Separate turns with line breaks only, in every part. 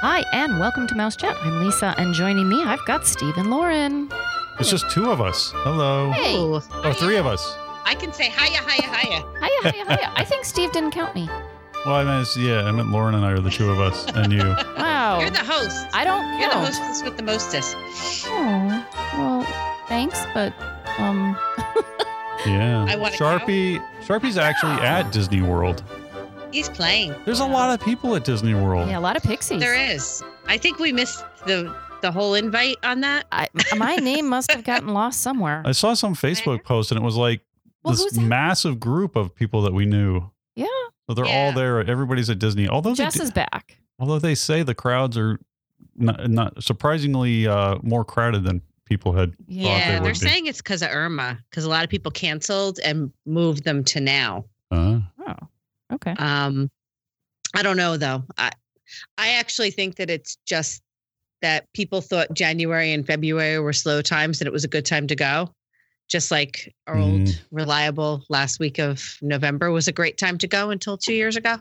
Hi, and welcome to Mouse Chat. I'm Lisa, and joining me, I've got Steve and Lauren.
It's just two of us. Hello.
Hey.
Ooh,
Oh, three of us.
I can say hiya, hiya, hiya.
Hiya, hiya, hiya. I think Steve didn't count me.
Well, I meant, yeah, I meant Lauren and I are the two of us, and you. Oh.
Wow.
You're the host.
I don't
You're the
count.
hostess with the mostest.
Oh, well, thanks, but um,
Yeah.
I wanna
Sharpie. Sharpie's actually at Disney World.
He's playing.
There's a lot of people at Disney World.
yeah, a lot of pixies.
There is. I think we missed the the whole invite on that.
I, my name must have gotten lost somewhere.
I saw some Facebook post, and it was like
Well,
this
who's that?
massive group of people that we knew.
Yeah.
So they're
Yeah.
all there. Everybody's at Disney. Although they,
Jess
do-
is back.
although they say the crowds are not, not surprisingly uh, more crowded than people had. they
Yeah,
would
they're
be.
saying it's because of Irma, because a lot of people canceled and moved them to now.
Uh,
Oh, okay.
Um, I don't know though. I I actually think that it's just that people thought January and February were slow times and it was a good time to go. Just like our old
mm.
reliable last week of November was a great time to go until two years ago.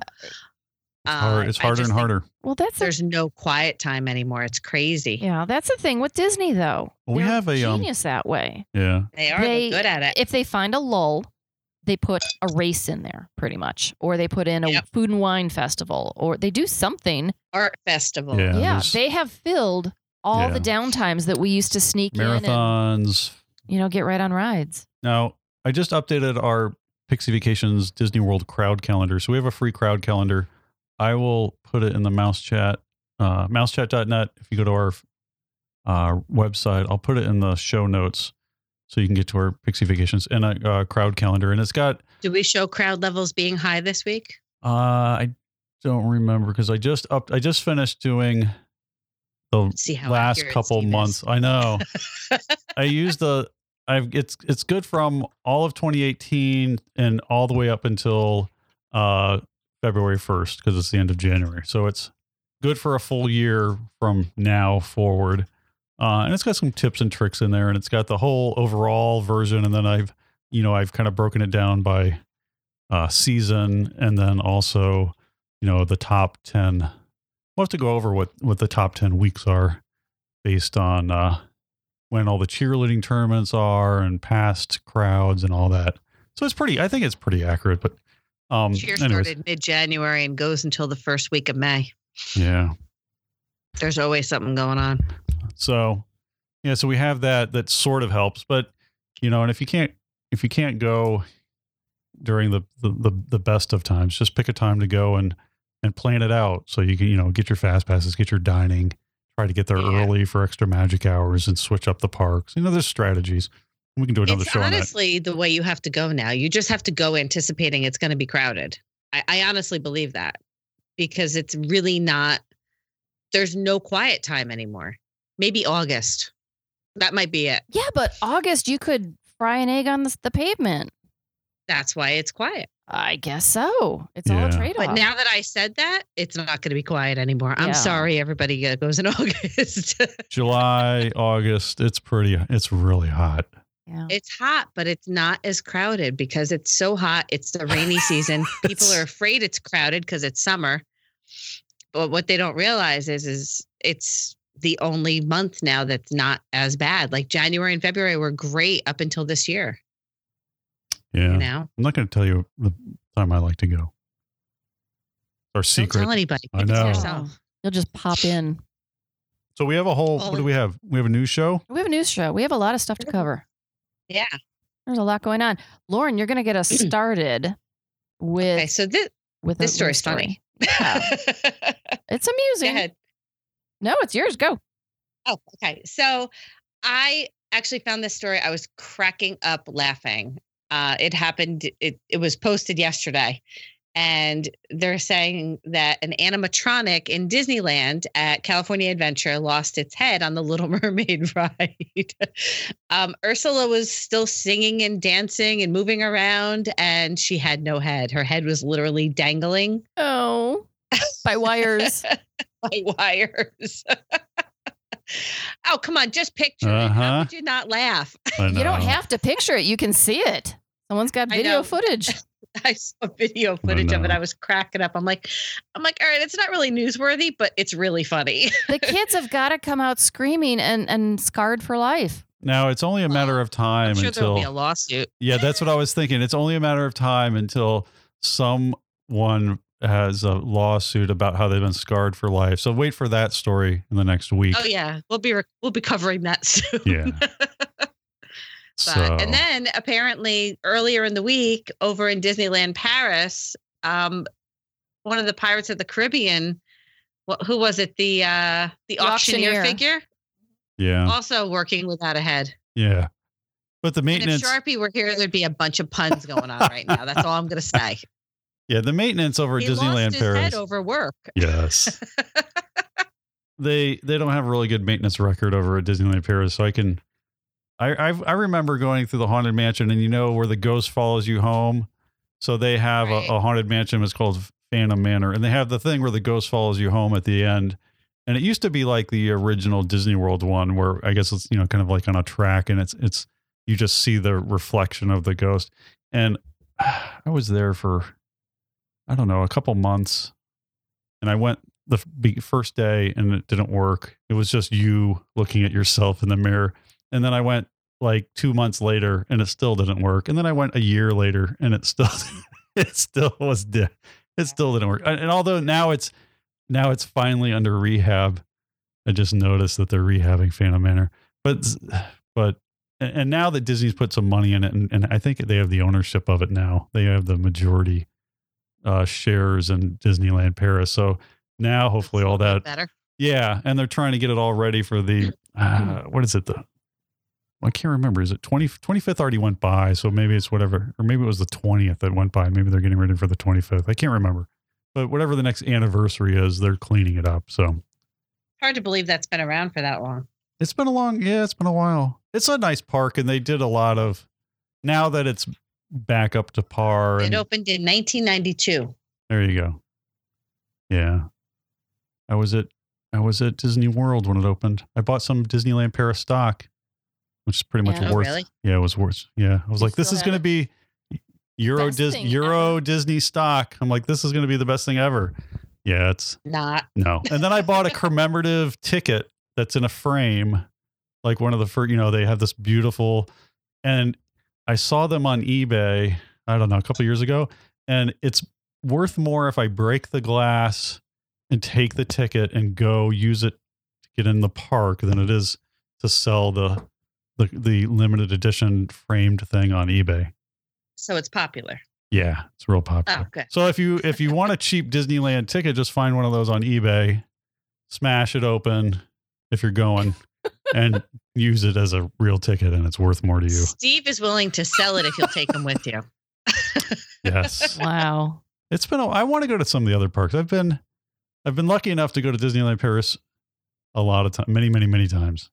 Hard-
Uh,
it's
I
harder
just
and
think
harder.
Well, that's the,
There's no quiet time anymore. It's crazy.
yeah, that's the thing with Disney though.
We
They're
have a, um,
genius that way.
Yeah.
They are
They-
they're good at it.
Uh, If they find a lull, they put a race in there, pretty much, or they put in a
Yep.
food and wine festival, or they do something.
Art festival.
Yeah,
Yeah,
there's-
they have filled all
Yeah.
the downtimes that we used to sneak in and
Marathons.
you know get right on rides.
Now, I just updated our Pixie Vacations Disney World crowd calendar. So we have a free crowd calendar. I will put it in the mouse chat, uh, mousechat.net. If you go to our uh, website, I'll put it in the show notes so you can get to our Pixie Vacations and a uh, crowd calendar. And it's got,
Do we show crowd levels being high this week?
uh, I don't remember because I just up, I just finished doing the
Let's see how
last
accurate
couple
Steve is.
months. I know. I used the I've it's it's good from all of 2018 and all the way up until uh February 1st because it's the end of January. So it's good for a full year from now forward. Uh, and it's got some tips and tricks in there and it's got the whole overall version and then I've you know I've kind of broken it down by uh season and then also you know the top 10 we'll have to go over what what the top 10 weeks are based on uh when all the cheerleading tournaments are and past crowds and all that so it's pretty i think it's pretty accurate but um
Cheer
anyways
started mid January and goes until the first week of May.
yeah
There's always something going on.
So yeah, so we have that that sort of helps, but you know, and if you can't if you can't go during the the, the, the best of times, just pick a time to go and and plan it out so you can you know get your fast passes, get your dining, try to get there
Yeah.
early for extra magic hours and switch up the parks. You know, there's strategies. We can do another
it's
show on that.
honestly the way you have to go now. You just have to go anticipating it's going to be crowded. I, I honestly believe that because it's really not. There's no quiet time anymore. Maybe August. That might be it.
Yeah, but August you could fry an egg on the, the pavement.
That's why it's quiet.
I guess so. It's all a
Yeah.
trade
But
off.
now that I said that, it's not going to be quiet anymore.
Yeah.
I'm sorry, everybody that goes in August.
July, August, it's pretty it's really hot.
yeah.
it's hot, but it's not as crowded because it's so hot. It's the rainy season. People
It's-
are afraid it's crowded because it's summer. But what they don't realize is is it's the only month now that's not as bad. Like January and February were great up until this year,
Yeah.
you know.
I'm not gonna tell you the time I like to go. Our
Don't
secret.
tell anybody.
I
Keep it to
know.
yourself.
You'll just pop in.
So we have a whole what
All the-
do we have? We have a new show?
We have a news show. We have a lot of stuff to cover.
Yeah.
There's a lot going on. Lauren, you're going to get us started with
Okay. So this
with
this
a
story's
news story.
funny.
Yeah. It's
Go
amusing.
ahead.
No, it's yours. Go.
Oh, okay. So I actually found this story. I was cracking up laughing. Uh, it happened, it, it was posted yesterday. And they're saying that an animatronic in Disneyland at California Adventure lost its head on the Little Mermaid ride. um, Ursula was still singing and dancing and moving around, and she had no head. Her head was literally dangling
Oh, by wires.
by wires. oh, come on, just picture it. How
Uh-huh.
could you not laugh?
I
You don't
know.
have to picture it. You can see it. Someone's got
I
video
know.
footage.
I saw video
Oh,
footage of it.
know.
I was cracking up. I'm like, I'm like, all right, it's not really newsworthy, but it's really funny.
The kids have got to come out screaming and, and scarred for life.
Now it's only a matter of time
I'm sure there
until
will be a lawsuit.
Yeah, that's what I was thinking. It's only a matter of time until someone has a lawsuit about how they've been scarred for life. So wait for that story in the next week.
Oh yeah, we'll be re- we'll be covering that soon.
Yeah.
But,
so
And then apparently earlier in the week, over in Disneyland Paris, um, one of the Pirates of the Caribbean, wh- who was it? The uh, the,
The
auctioneer,
auctioneer.
figure,
yeah,
also working without a head.
yeah. But the
And if
maintenance,
Sharpie were here, there'd be a bunch of puns going on right now. That's all I'm gonna say.
yeah, the maintenance over at
he
Disneyland
lost his
Paris.
head over work.
Yes. they they don't have a really good maintenance record over at Disneyland Paris, so I can I I, I remember going through the haunted mansion and you know where the ghost follows you home. So they have
Right.
a, a haunted mansion it's called Phantom Manor and they have the thing where the ghost follows you home at the end. And it used to be like the original Disney World one where I guess it's you know kind of like on a track and it's it's you just see the reflection of the ghost. And I was there for I don't know, a couple months. And I went the f- be- first day and it didn't work. It was just you looking at yourself in the mirror. And then I went like two months later and it still didn't work. And then I went a year later and it still, it still was, di- it still didn't work. And, and although now it's, now it's finally under rehab. I just noticed that they're rehabbing Phantom Manor, but, s- but, and and now that Disney's put some money in it, and, and I think they have the ownership of it now. They have the majority uh, shares in Disneyland Paris. So now, hopefully, all that
better.
yeah, and they're trying to get it all ready for the uh, what is it the I can't remember. Is it 20, 25th already went by? So maybe it's whatever, or maybe it was the 20th that went by. Maybe they're getting ready for the 25th. I can't remember. But whatever the next anniversary is, they're cleaning it up. So
Hard to believe that's been around for that long.
it's been a long, yeah, it's been a while. It's a nice park, and they did a lot of now that it's back up to par.
It
And,
opened in 1992.
There you go. Yeah. I was at I was at Disney World when it opened. I bought some Disneyland Paris stock, which is pretty much
Yeah.
Oh,
worth.
really?
Yeah, it was worth. Yeah, I was
You
like, this
still
is
have
going to
it?
be Euro
Best
Dis-
thing
Euro Disney stock. I'm like, this is going to be the best thing ever. Yeah, it's
Not
no. And then I bought a commemorative ticket that's in a frame, like one of the first, you know, they have this beautiful, and I saw them on eBay, I don't know, a couple years ago. And it's worth more if I break the glass and take the ticket and go use it to get in the park than it is to sell the the, the limited edition framed thing on eBay.
so it's popular.
Yeah, it's real popular.
Oh, good.
So if you if you want a cheap Disneyland ticket, just find one of those on eBay, smash it open if you're going, and use it as a real ticket, and it's worth more to you.
Steve is willing to sell it if you'll take him with you.
Yes,
Wow.
it's been. A, I want to go to some of the other parks. I've been, I've been lucky enough to go to Disneyland Paris a lot of time, many, many, many times.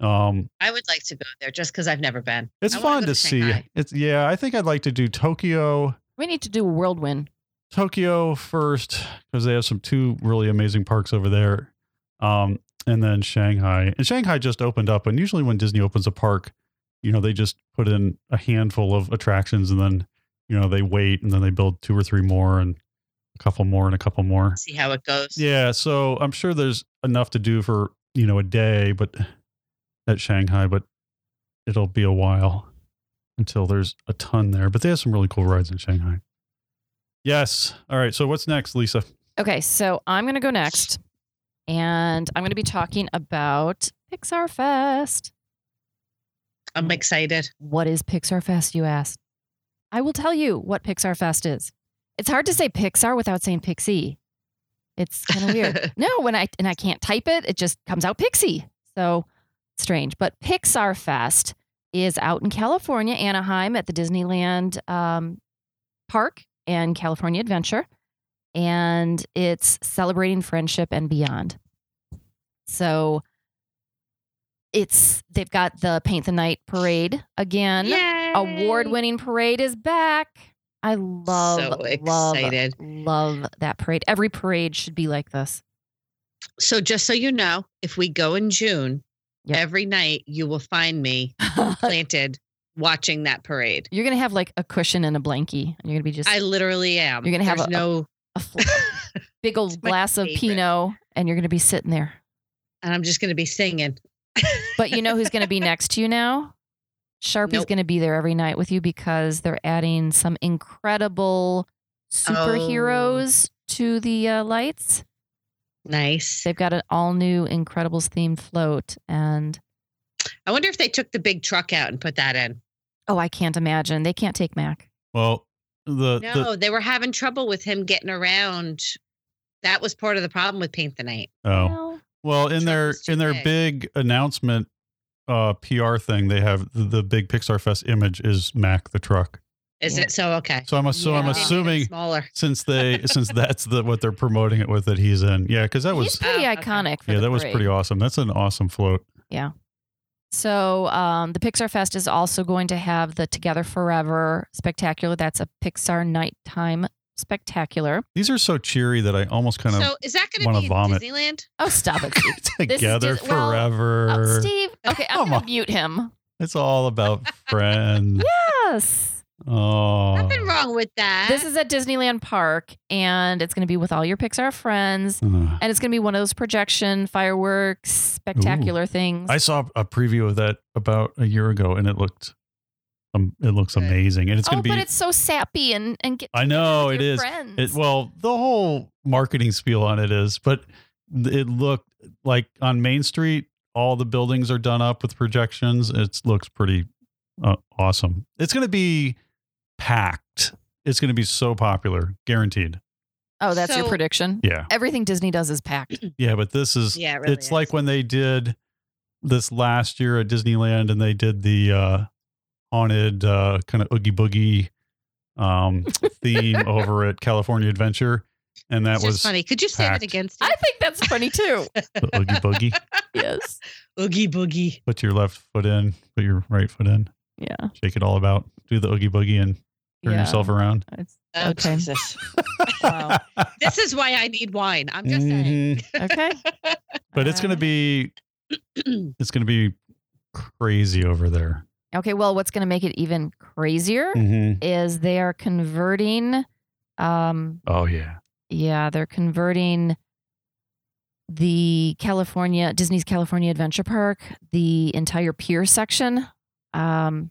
Um,
I would like to go there just because I've never been.
it's
I wanna
fun
go
to, see.
Shanghai.
It's yeah. I think I'd like to do Tokyo.
We need to do a whirlwind.
Tokyo first because they have some two really amazing parks over there, um, and then Shanghai. And Shanghai just opened up, and usually when Disney opens a park, you know they just put in a handful of attractions, and then you know they wait, and then they build two or three more, and a couple more, and a couple more.
See how it goes.
Yeah, so I'm sure there's enough to do for you know a day, but at Shanghai, but it'll be a while until there's a ton there. But they have some really cool rides in Shanghai. Yes. All right. So what's next, Lisa?
Okay, so I'm going to go next, and I'm going to be talking about Pixar Fest.
I'm excited.
What is Pixar Fest, you asked? I will tell you what Pixar Fest is. It's hard to say Pixar without saying Pixie. It's kind of weird. No, when I and I can't type it, it just comes out Pixie. So strange. But Pixar Fest is out in California, Anaheim, at the Disneyland um, Park and California Adventure, and it's celebrating friendship and beyond. So it's they've got the Paint the Night parade again.
Yay!
Award-winning parade is back. I love
so
love
excited.
love that parade. Every parade should be like this.
So just so you know, if we go in June,
Yep.
every night you will find me planted watching that parade.
You're gonna have like a cushion and a blankie, and you're gonna be just
I literally am.
You're gonna have
There's
a-
no,
a fl- big old
It's my
glass of
favorite.
Pinot, and you're gonna be sitting there.
and I'm just gonna be singing.
But you know who's going to be next to you now? Sharpie's
Nope.
going to be there every night with you because they're adding some incredible
Oh.
superheroes to the uh, lights.
Nice.
They've got an all new Incredibles themed float. And
I wonder if they took the big truck out and put that in.
oh, I can't imagine. They can't take Mac.
Well, the, the
No, they were having trouble with him getting around. That was part of the problem with Paint the Night.
oh.
Well,
Well, in
Truck
their
is too
in their big, announcement uh PR thing, they have the, the big Pixar Fest image is Mac the truck.
Is
Yeah.
it so okay?
So I'm ass- so I'm
Yeah.
They made it
assuming
smaller.
since they since that's the what they're promoting it with that he's in. Yeah, because that
he's
was
pretty
Oh, okay.
iconic. For
yeah
the
that was
parade.
pretty awesome. That's an awesome float.
So um, the Pixar Fest is also going to have the Together Forever Spectacular. That's a Pixar nighttime spectacular.
These are so cheery that I almost kind of
So is that going
wanna
to be in
vomit.
Disneyland?
Oh, stop it. Steve. is
together
just- well,
forever.
Oh, Steve. Okay, I'm
Come
going
on.
to mute him.
it's all about friends.
Yes.
Oh,
Nothing wrong with that.
This is at Disneyland Park, and it's going to be with all your Pixar friends,
Ugh.
and it's going to be one of those projection fireworks spectacular things.
I saw a preview of that about a year ago, and it looked um, it looks
Good.
amazing, and it's
oh,
going to
but
be.
it's so sappy and and get
I know
with
it
your
is.
Friends.
It, well, the whole marketing spiel on it is, but th- it looked like on Main Street, all the buildings are done up with projections. It looks pretty uh, awesome. It's going to be packed. It's going to be so popular, guaranteed.
oh, that's your
So-
prediction.
Yeah,
Everything Disney does is packed.
yeah. But this is
yeah, it really
it's like when they did this last year at Disneyland and they did the uh haunted uh kind of oogie boogie um theme over at California Adventure. And that
It's just
was
funny. Could you stand
packed.
it against
I think that's funny too.
the oogie boogie.
yes.
Oogie Boogie?
Put your left foot in, put your right foot in,
Yeah.
shake it all about, do the oogie boogie and turn
yeah.
yourself around.
It's-
Oh,
Okay.
Jesus. this is why I need wine. I'm just
Mhm.
okay.
But it's gonna be
saying.
it's gonna be crazy over there.
Okay. Well, what's going to make it even crazier
Mhm.
is they are converting. Um,
Oh yeah.
Yeah, they're converting the California Disney's California Adventure Park, the entire pier section, um,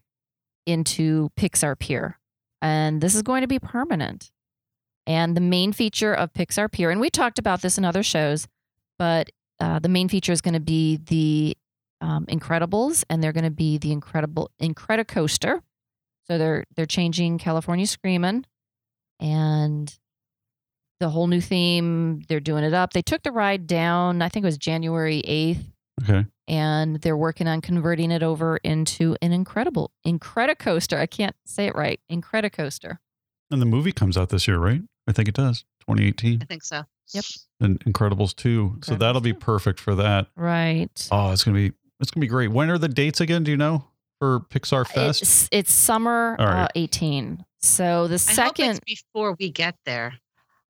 into Pixar Pier, and this is going to be permanent. And the main feature of Pixar Pier, and we talked about this in other shows, but uh, the main feature is going to be the um, Incredibles, and they're going to be the Incredible Incredicoaster. So they're they're changing California Screamin', and the whole new theme. They're doing it up. They took the ride down, I think it was January 8th,
Okay.
and they're working on converting it over into an incredible Incredicoaster. I can't say it right. Incredicoaster.
And the movie comes out this year, right? I think it does. 2018.
I think so.
Yep.
and Incredibles 2. so
Incredibles
that'll be
2.
perfect for that.
Right.
Oh, it's going to be it's going to be great. When are the dates again, do you know? For Pixar Fest?
It's, it's summer
All
uh,
right.
18. So the
I hope
second,
it's before we get there.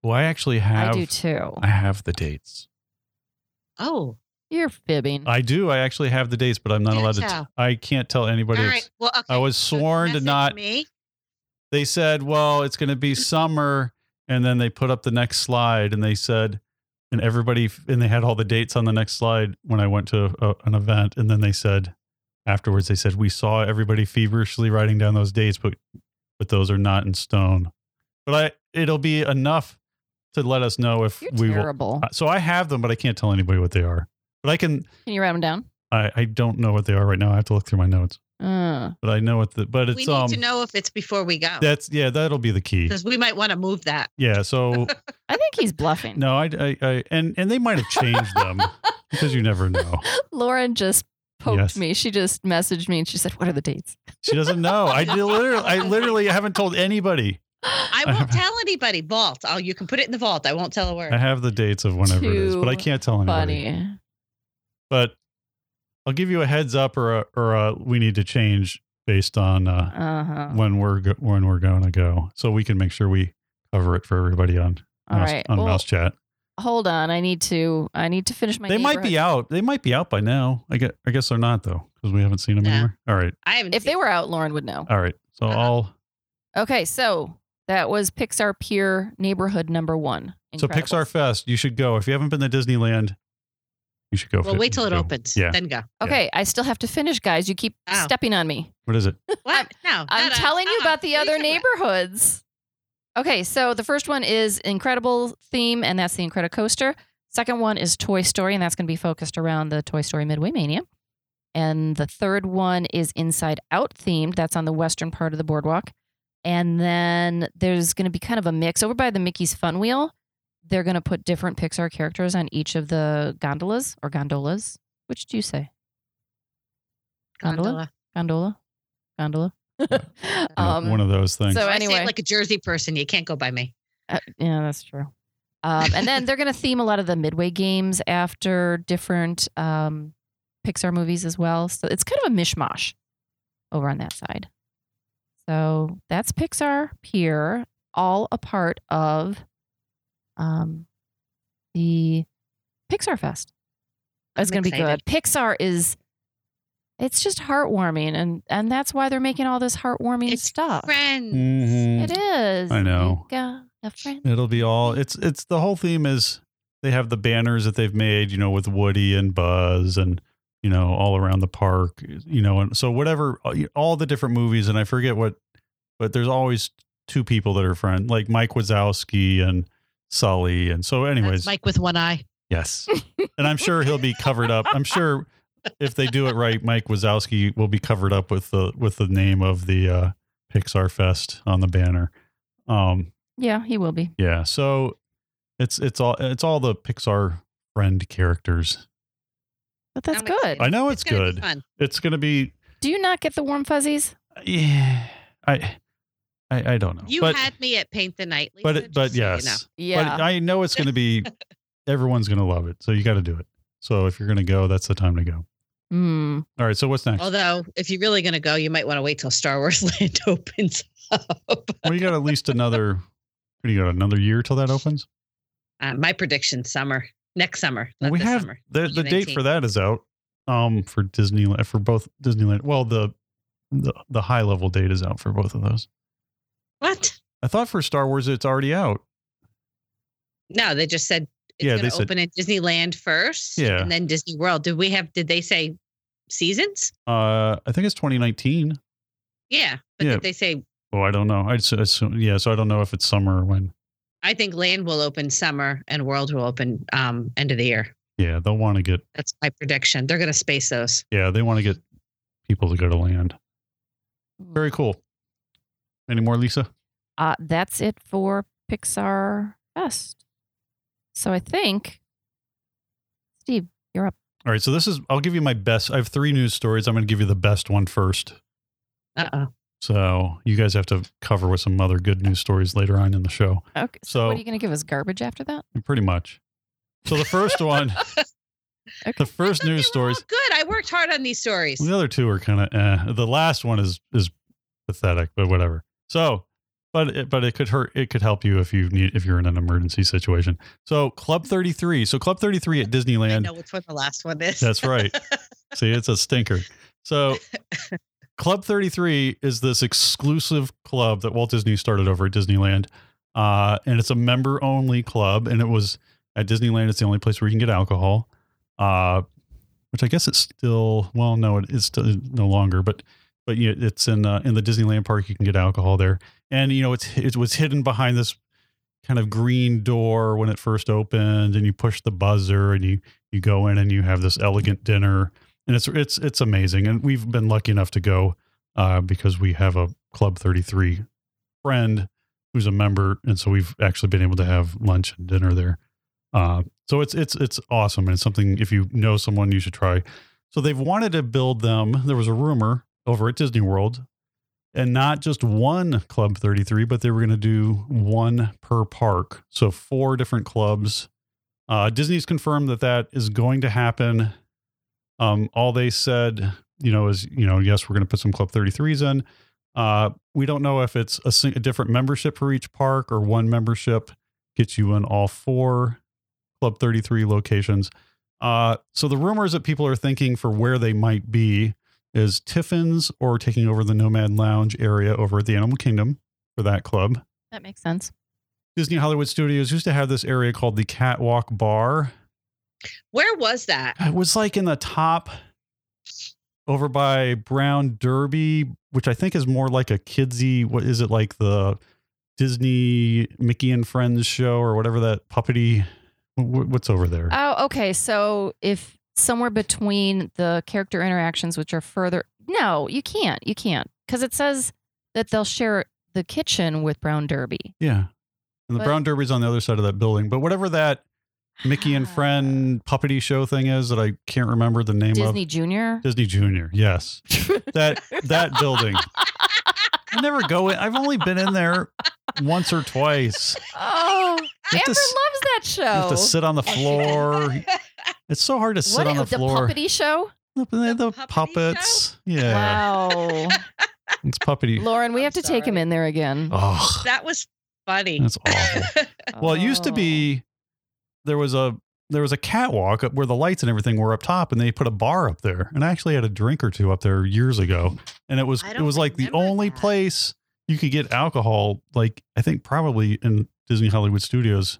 well, I actually
I
have
do too.
I have the dates.
Oh,
You're fibbing.
I do. I actually have the dates, but I'm not
Can't
allowed to
tell.
I I can't tell anybody.
all
it's-
right. Well, okay.
I was
So
sworn to
message
not
Me.
They said, "Well, it's going to be summer." And then they put up the next slide and they said and everybody and they had all the dates on the next slide when I went to a, an event and then they said afterwards they said we saw everybody feverishly writing down those dates but but those are not in stone. But I it'll be enough to let us know if
You're
we will
terrible.
uh, so I have them but I can't tell anybody what they are. But I can
Can you write them down?
I I don't know what they are right now. I have to look through my notes.
Uh,
But I know what the but
we
it's
need
um
to know if it's before we go.
that's yeah, that'll be the key.
Because we might want to move that.
Yeah, so
I think he's bluffing.
No, I, I, I and and they might have changed them because you never know.
Lauren just poked
Yes.
me. She just messaged me and she said, What are the dates?
She doesn't know. I did literally, I literally haven't told anybody.
I won't tell anybody. Vault. Oh, you can put it in the vault. I won't tell a word.
I have the dates of whenever it is, but I
Too
can't tell anybody.
Funny.
But I'll give you a heads up, or a, or a, we need to change based on uh,
Uh huh.
when we're go- when we're going to go, so we can make sure we cover it for everybody on
All
mouse,
right.
on
Well,
Mouse Chat.
hold on, I need to I need to finish my
They might be
neighborhood-
out. They might be out by now. I guess, I guess they're not though, because we haven't seen them
No.
anywhere. All right,
I haven't.
If
seen
they were out, Lauren would know.
all right. So
Uh-huh.
I'll.
Okay, so that was Pixar Pure Neighborhood number one. Incredible.
So Pixar Fest, you should go if you haven't been to Disneyland. You should go.
Well,
fi-
wait till it
go.
opens.
Yeah.
Then go.
Okay, I still have to finish, guys. You keep
Oh.
stepping on me.
What is it?
What? No.
I'm
no, no,
telling you
uh-uh.
about the
What are
other
you talking
neighborhoods. Okay, so the first one is Incredible theme, and that's the Incredicoaster. Second one is Toy Story, and that's going to be focused around the Toy Story Midway Mania. And the third one is Inside Out themed. That's on the western part of the boardwalk. And then there's going to be kind of a mix over by the Mickey's Fun Wheel. They're going to put different Pixar characters on each of the gondolas or gondolas. Which do you say?
about?
Gondola? Gondola? Gondola? Um,
One of- one of those things.
so-
Um, So anyway, I say
anyway.
it like a Jersey person, you can't go by me.
Uh, yeah, that's true. Um, and then they're going to theme a lot of the midway games after different um, Pixar movies as well. So it's kind of a mishmash over on that side. So that's Pixar Pier, all a part of um, the Pixar Fest. It's
I'm
going to be good.
excited.
Pixar is. It's just heartwarming, and and that's why they're making all this heartwarming
It's
stuff.
Friend.
Mhm.
It is.
I know.
You got a friend.
It'll be all it's it's the whole theme is they have the banners that they've made, you know, with Woody and Buzz and you know all around the park, you know, and so whatever uh, all the different movies and I forget what but there's always two people that are friends, like Mike Wazowski and Sully and so
That's
anyways,
Mike with one eye.
yes. and I'm sure he'll be covered up. I'm sure if they do it right, Mike Wazowski will be covered up with the with the name of the uh Pixar Fest on the banner. Um
Yeah, he will be.
yeah, so it's it's all it's all the Pixar friend characters.
But that's
I'm
good.
excited.
I know it's,
gonna be
good.
fun.
It's gonna be
Do you not get the warm fuzzies?
yeah. I I, I don't know.
You
but
had me at paint the night. Lisa,
but
just
it, but
so you
yes.
know.
But I know it's gonna be everyone's gonna love it. So you got to do it. So if you're gonna go, that's the time to go.
Hmm.
All right. So what's next?
Although, if you're really going to go, you might want to wait till Star Wars Land opens up.
well, you got at least another. What do you got? Another year till that opens.
Uh, my prediction: summer next summer.
Well,
not
we
this
have
summer.
the the
June
date
19th.
for that is out. Um, for Disneyland for both Disneyland. Well, the the the high level date is out for both of those.
What?
I thought for Star Wars it's already out.
No, they just said it's
Yeah,
going
they
to
said-
open at Disneyland first,
Yeah.
and then Disney World. Did we have? Did they say seasons?
Uh, I think it's 2019.
Yeah, but
Yeah.
did they say?
Oh, I don't know. I assume, yeah, so I don't know if it's summer or when.
I think Land will open summer and World will open um, end of the year.
Yeah, they'll want to get
That's my prediction. They're going to space those.
yeah they want to get people to go to land. Very cool. Any more, Lisa?
Uh, that's it for Pixar Fest. So I think, Steve,
All right, so this is I'll give you my best. I have three news stories. I'm going to give you the best one first.
Uh oh.
So you guys have to cover with some other good news stories later on in the show.
okay, so,
So-
what are you going to give us? Garbage after that?
Pretty much. So the first one,
Okay.
the first news stories.
Good. I worked hard on these stories.
The other two are kind of eh. the last one is is pathetic, but whatever. So, but it, but it could hurt. It could help you if you need if you're in an emergency situation. So Club 33. So Club 33 at
I
Disneyland.
know which one the last one is.
That's right. See, it's a stinker. So Club 33 is this exclusive club that Walt Disney started over at Disneyland. Uh, and it's a member only club. And it was at Disneyland, it's the only place where you can get alcohol, uh, which I guess it's still, well, no, it, it's still no longer, but. But you it's in uh, in the Disneyland park. You can get alcohol there, and you know it's it was hidden behind this kind of green door when it first opened. And you push the buzzer, and you you go in and you have this elegant dinner and it's it's it's amazing and we've been lucky enough to go uh, because we have a club 33 friend who's a member and so we've actually been able to have lunch and dinner there uh, so it's it's it's awesome and it's something if you know someone you should try so they've wanted to build them there was a rumor over at disney world and not just one club 33 but they were going to do one per park so four different clubs uh, Disney's confirmed that that is going to happen. Um, all they said, you know, is you know, yes, we're going to put some Club 33s in. Uh, we don't know if it's a, sing- a different membership for each park or one membership gets you in all four Club 33 locations. Uh, so the rumors that people are thinking for where they might be is Tiffin's or taking over the Nomad Lounge area over at the Animal Kingdom for that club.
That makes sense.
Disney Hollywood Studios used to have this area called the Catwalk Bar.
Where was that?
It was like in the top over by Brown Derby, which I think is more like a kidsy. What is it like the Disney Mickey and Friends show or whatever that puppety? wh- What's over there?
Oh, okay. So if somewhere between the character interactions, which are further, no, you can't. You can't because it says that they'll share the kitchen with Brown Derby.
yeah, and the
but-
Brown Derby's on the other side of that building. But whatever that Mickey
Ah.
and Friend puppety show thing is that I can't remember the name
Disney Junior.
of. Disney Junior. Yes, that that building. I never go in. I've only been in there once or twice.
Oh,
You
Amber
have to s-
loves that
You have
show.
to sit on the floor. It's so hard to sit
Oh. what
on the,
the
floor.
puppety show?
The, the, the
puppety
puppets. Yeah.
Wow,
It's puppety.
Lauren, we
I'm
have to take him
sorry.
in there again.
Oh,
that was funny.
that's awful. Well, it used to
Oh.
be there was a there was a catwalk up where the lights and everything were up top and they put a bar up there. And I actually had a drink or two up there years ago. And it was
I
it
don't
was like the
remember
only
that.
place you could get alcohol like I think probably in Disney Hollywood Studios.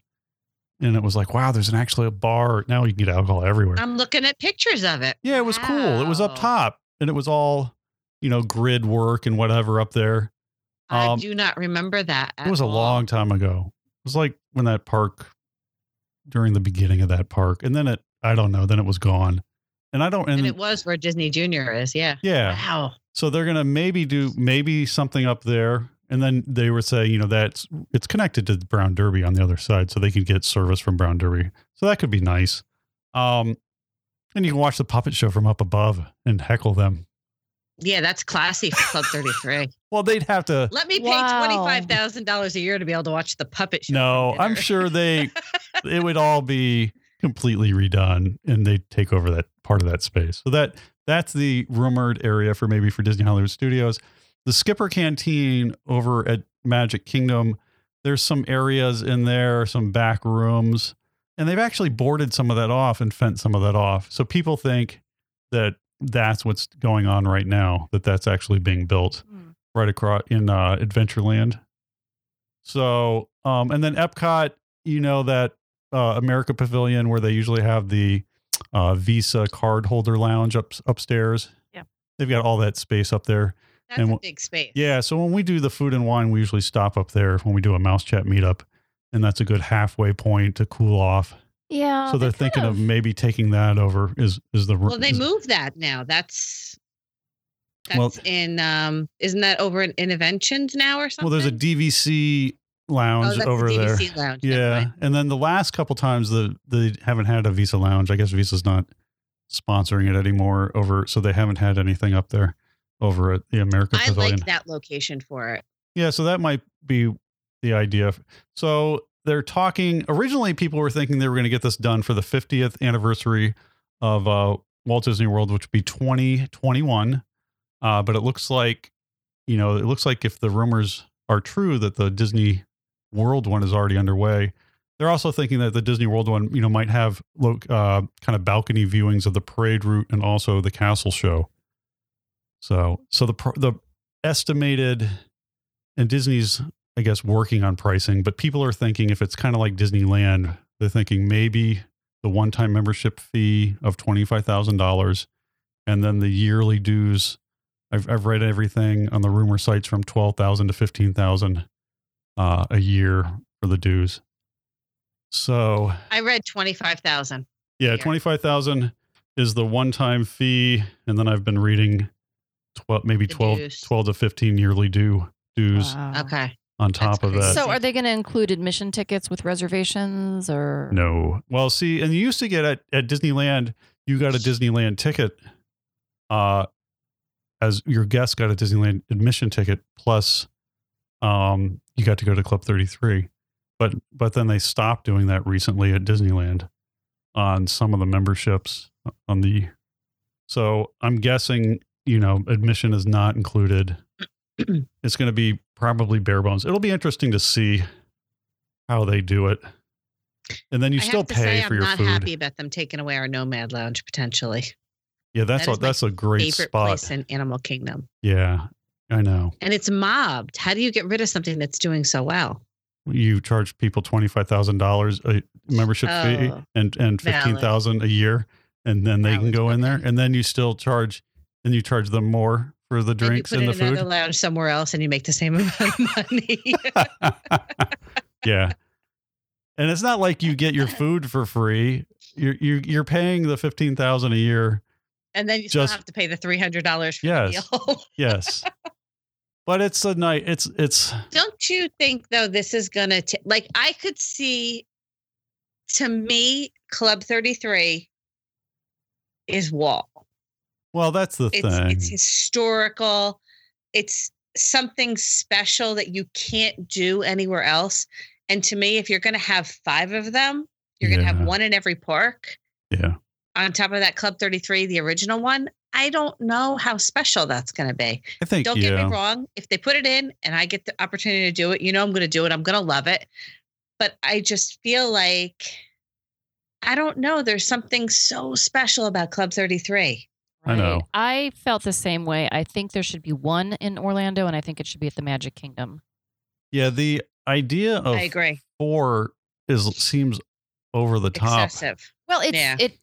And it was like, wow, there's an actually a bar. Now you can get alcohol everywhere.
I'm looking at pictures of it.
Yeah, it was cool. It was up
Wow.
top and it was all, you know, grid work and whatever up there.
I
Um,
do not remember that.
It
at
was a
all.
long time ago. It was like when that park, during the beginning of that park. And then it, I don't know, then it was gone. And I don't, and,
And, it was where Disney Junior is. Yeah.
yeah.
Wow.
So they're going to maybe do maybe something up there. And then they were saying, you know, that's, it's connected to Brown Derby on the other side. So they can get service from Brown Derby. So that could be nice. Um, and you can watch the puppet show from up above and heckle them.
Yeah, that's classy for Club 33.
Well, they'd have to.
Let me pay
Wow.
$25,000 a year to be able to watch the puppet show.
No,
for
I'm
dinner.
sure they it would all be completely redone and they take over that part of that space. So that that's the rumored area for maybe for Disney Hollywood Studios. The Skipper Canteen over at Magic Kingdom, there's some areas in there, some back rooms, and they've actually boarded some of that off and fenced some of that off. So people think that that's what's going on right now, that that's actually being built
Hmm.
right across in uh, Adventureland. So, um, and then Epcot, you know that uh, America Pavilion where they usually have the uh, Visa card holder lounge up upstairs.
Yeah.
they've got all that space up there.
That's
and
a
w-
big space.
Yeah, so when we do the food and wine, we usually stop up there when we do a mouse chat meetup, and that's a good halfway point to cool off.
Oh,
Yeah.
so
they
they're
kind
thinking of, maybe taking that over. Is is the
Well, they
is-
moved that now. That's that's
Well-
in um isn't that over in interventions now or something?
Well, there's a DVC
oh,
lounge
that's
over
the
there.
DVC lounge. Never
Yeah,
mind.
and then the last couple times that they haven't had a Visa lounge. I guess Visa's not sponsoring it anymore. Over, so they haven't had anything up there over at the America
I
Pavilion.
like that location for it.
Yeah, so that might be the idea. So they're talking. Originally, people were thinking they were going to get this done for the 50th anniversary of uh, Walt Disney World, which would be 2021. Uh, but it looks like, you know, it looks like if the rumors are true that the Disney World one is already underway, they're also thinking that the Disney World one, you know, might have lo- uh, kind of balcony viewings of the parade route and also the castle show. So, so the pr- the estimated and Disney's, I guess, working on pricing, but people are thinking if it's kind of like Disneyland, they're thinking maybe the one time membership fee of $25,000 and then the yearly dues. I've, I've read everything on the rumor sites from 12,000 to 15,000 uh, a year for the dues. So
I read twenty five thousand.
yeah,
year.
twenty five thousand is the one time fee, and then I've been reading twelve, maybe
The
12,
dues.
12 to fifteen yearly due dues
Wow.
Okay.
on
That's
top of that.
crazy.
So are they going to include admission tickets with reservations or
no, well, see, and you used to get at at Disneyland, you got a Disneyland ticket, uh, as your guest got a Disneyland admission ticket plus, um, you got to go to Club Thirty Three, but but then they stopped doing that recently at Disneyland on some of the memberships uh, on the So I'm guessing, you know, admission is not included. it's going to be probably bare bones. It'll be interesting to see how they do it. And then you
I
still
have to
pay
say,
for
I'm
your
not
food.
happy about them taking away our Nomad Lounge potentially.
Yeah, that's
That
a,
is my
that's a great
Favorite
spot.
place in Animal Kingdom,
Yeah, I know.
and it's mobbed. How do you get rid of something that's doing so well?
You charge people twenty five thousand dollars a membership fee
Oh,
and and fifteen thousand a year, and then they can
Valid,
go in there,
okay.
and then you still charge, and you charge them more for the drinks
and
and
you
the
put it in
food.
another lounge somewhere else, and you make the same amount of money.
yeah. And it's not like you get your food for free. You're you're, you're paying the fifteen thousand a year.
And then you still
Just-
have to pay the three hundred dollars for
Yes.
the meal.
Yes. but it's a night. It's it's
Don't you think though this is gonna t- like I could see to me Club Thirty Three is wall.
well. That's the
It's
thing.
it's historical. It's something special that you can't do anywhere else. And to me, if you're gonna have five of them, you're gonna
Yeah.
have one in every park.
yeah.
On top of that, Club Thirty Three, the original one. I don't know how special that's gonna be.
I think.
Don't
yeah.
get me wrong. If they put it in and I get the opportunity to do it, you know I'm going to do it. I'm going to love it. But I just feel like I don't know. There's something so special about Club 33.
I know.
I felt the same way. I think there should be one in Orlando, and I think it should be at the Magic Kingdom.
Yeah. The idea of
I agree.
four is seems over the top.
Excessive.
Well, it's
Yeah.
it's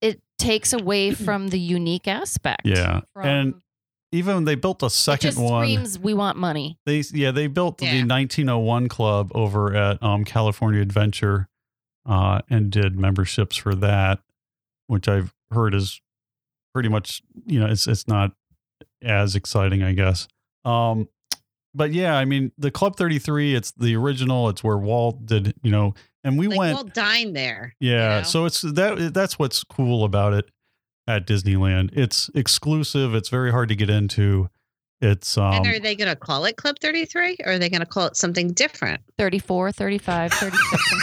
it takes away from the unique aspect.
Yeah.
from-
And Even they built a
it
second
just
one.
screams we want money.
They yeah, they built
Yeah.
the 1901 club over at um, California Adventure uh, and did memberships for that, which I've heard is pretty much you know it's it's not as exciting, I guess. Um, but yeah, I mean the Club 33, it's the original, it's where Walt did you know, and we
Like,
went
we'll dine there. you
yeah,
know?
so it's that that's what's cool about it at Disneyland. It's exclusive. It's very hard to get into. It's um,
and are they going to call it Club 33 or are they going to call it something different?
34, 35, 36, and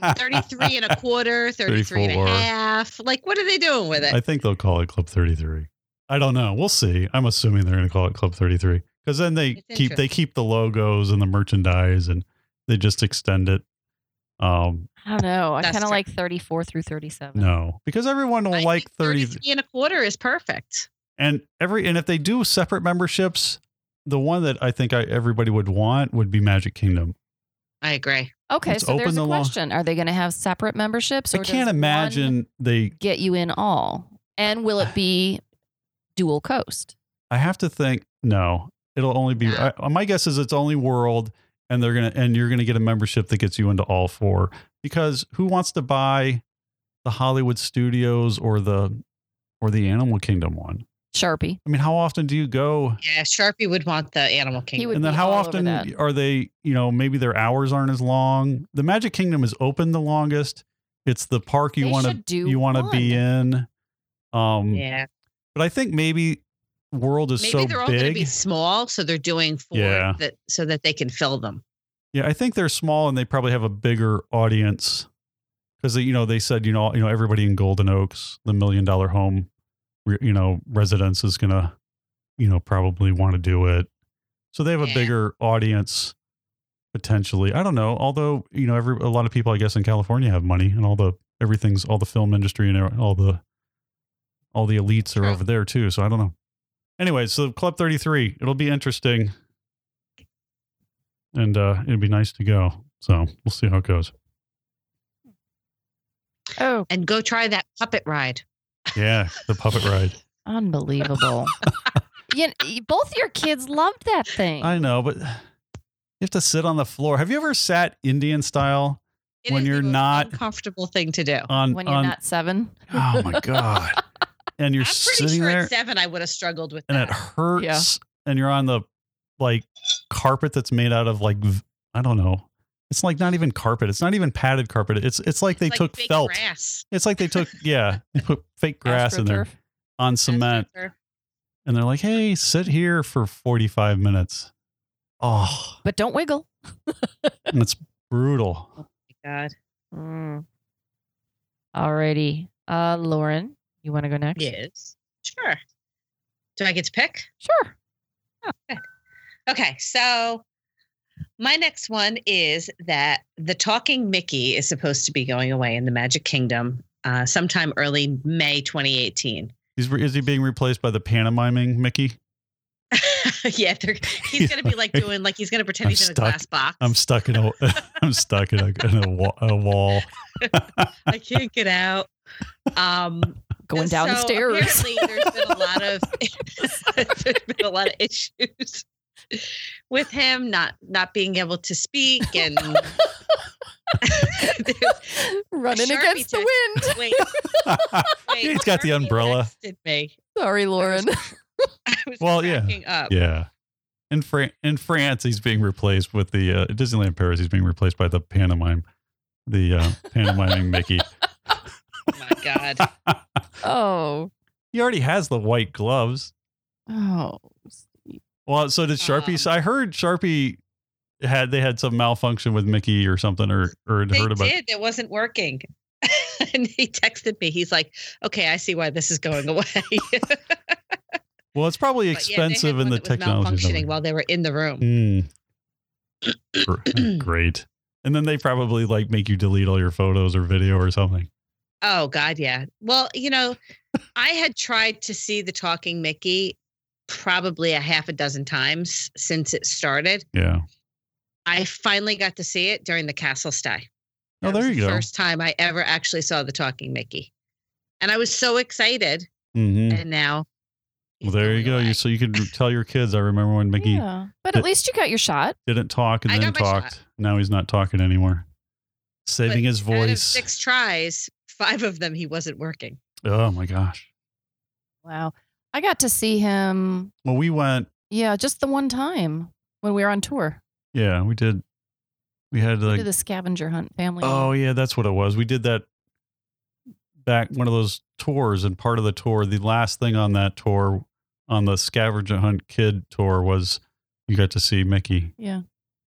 37.
33 and a quarter, 33 and
34.
a half. Like, what are they doing with it?
I think they'll call it Club 33. I don't know. We'll see. I'm assuming they're going to call it Club 33 because then they
It's
keep they keep the logos and the merchandise and they just extend it. Um,
I don't know. I
That's
kind of
true.
like 34 through 37.
no, because everyone will
Uh-huh. I
like
think
30
33 and a quarter is perfect.
and every and if they do separate memberships, the one that I think I, everybody would want would be Magic Kingdom.
I agree.
Okay,
Let's
so there's
open
a
the law.
question. Are they going to have separate memberships? Or
I
does
can't
one
imagine they.
get you in all. And will it be dual coast?
I have to think. No, it'll only be.
No.
I, uh, my guess is it's only World, and they're gonna and you're gonna get a membership that gets you into all four. Because who wants to buy the Hollywood Studios or the or the Animal Kingdom one?
Sharpie.
I mean, how often do you go?
Yeah, Sharpie would want the Animal Kingdom.
would
and then
be
how
all over
often
that.
are they you know maybe their hours aren't as long the magic kingdom is open the longest it's the park you
They
want to
should do
you want to
one.
be in um
Yeah.
but i think maybe world is
Maybe
so
they're all going to
big
be small, so they're doing four
Yeah.
that so that they can fill them.
yeah i think they're small and they probably have a bigger audience because you know they said you know you know everybody in golden oaks the million dollar home re- you know residence is gonna you know probably want to do it so they have a
Yeah.
bigger audience potentially i don't know although you know every a lot of people i guess in california have money and all the everything's all the film industry and all the all the elites are
True.
over there too so i don't know anyway so club 33 it'll be interesting and uh it'd be nice to go so we'll see how it goes
Oh,
And go try that puppet ride.
yeah the puppet ride
unbelievable. you, both your kids loved that thing.
i know but you have to sit on the floor have you ever sat indian style
It
When
is the
you're
most
not-
uncomfortable thing to do.
on
when you're
on
not seven.
oh my god and you're
I'm pretty
sitting
sure
there
at seven I would have struggled with
and it
that.
hurts and you're on the like carpet that's made out of like v- i don't know it's like not even carpet it's not even padded carpet it's it's like they
Like
took
fake
felt
grass.
it's like they took yeah they put fake grass in there
AstroTurf.
on cement and they're like hey sit here for 45 minutes oh
But don't wiggle.
and it's brutal
God.
Mm. Alrighty. Uh, Lauren, you want to go next?
Yes. Sure. Do I get to pick?
Sure.
Okay, so My next one is that the Talking Mickey is supposed to be going away in the Magic Kingdom uh, sometime early May 2018.
Is, is he being replaced by the pantomiming Mickey?
yeah, they're, he's going to be like doing like he's going to pretend
I'm
he's in a
stuck.
glass box.
I'm stuck in a I'm stuck in a, in a, wa- a wall.
I can't get out. Um,
Going
and
down the
so
stairs.
Apparently, there's been a lot of there's been a lot of issues with him not not being able to speak and
Running
Sharpie
against the
text.
wind.
wait, wait.
He's got the
Sharpie
umbrella.
texted me.
Sorry, Lauren.
I was
Well,
well,
yeah.
yeah. up.
Yeah. In, Fran- in France, he's being replaced with the uh, Disneyland Paris. He's being replaced by the pantomime, the uh, pantomiming Mickey.
Oh my God.
Oh.
he already has the white gloves.
Oh.
Well, so did Sharpie. so
Um,
I heard Sharpie had they had some malfunction with Mickey or something, or or had
They
heard about.
did. It wasn't working. and he texted me. He's like, okay, I see why this is going away. But
Well, it's probably
yeah, they had
expensive
one
in the
that was
technology. and
Malfunctioning
everything.
while they were in the room.
Mm. Gr- Great. And then they probably like make you delete all your photos or video or something.
Oh God, yeah. Well, you know, I had tried to see the Talking Mickey probably a half a dozen times since it started.
Yeah. Oh,
I finally got to see it during the castle stay.
Oh,
That was
there you
the
go.
First time I ever actually saw the Talking Mickey, and I was so excited.
hmm
And now,
Well, there you
he's
go.
going
You,
away.
so you could tell your kids. I remember when Mickey
Yeah. But at
Th-
least you got your shot.
didn't talk and
I
then
got my
talked. Now he's not talking anymore. Saving his
Out of
voice.
six tries, five of them he wasn't working.
oh my gosh.
Wow. I got to see him,
Well, we went.
yeah, just the one time when we were on tour.
Yeah, we did. We had
We
like
did the scavenger hunt family.
Oh yeah, that's what it was. We did that back one of those tours, and part of the tour, the last thing on that tour, on the scavenger hunt kid tour, was you got to see Mickey.
Yeah.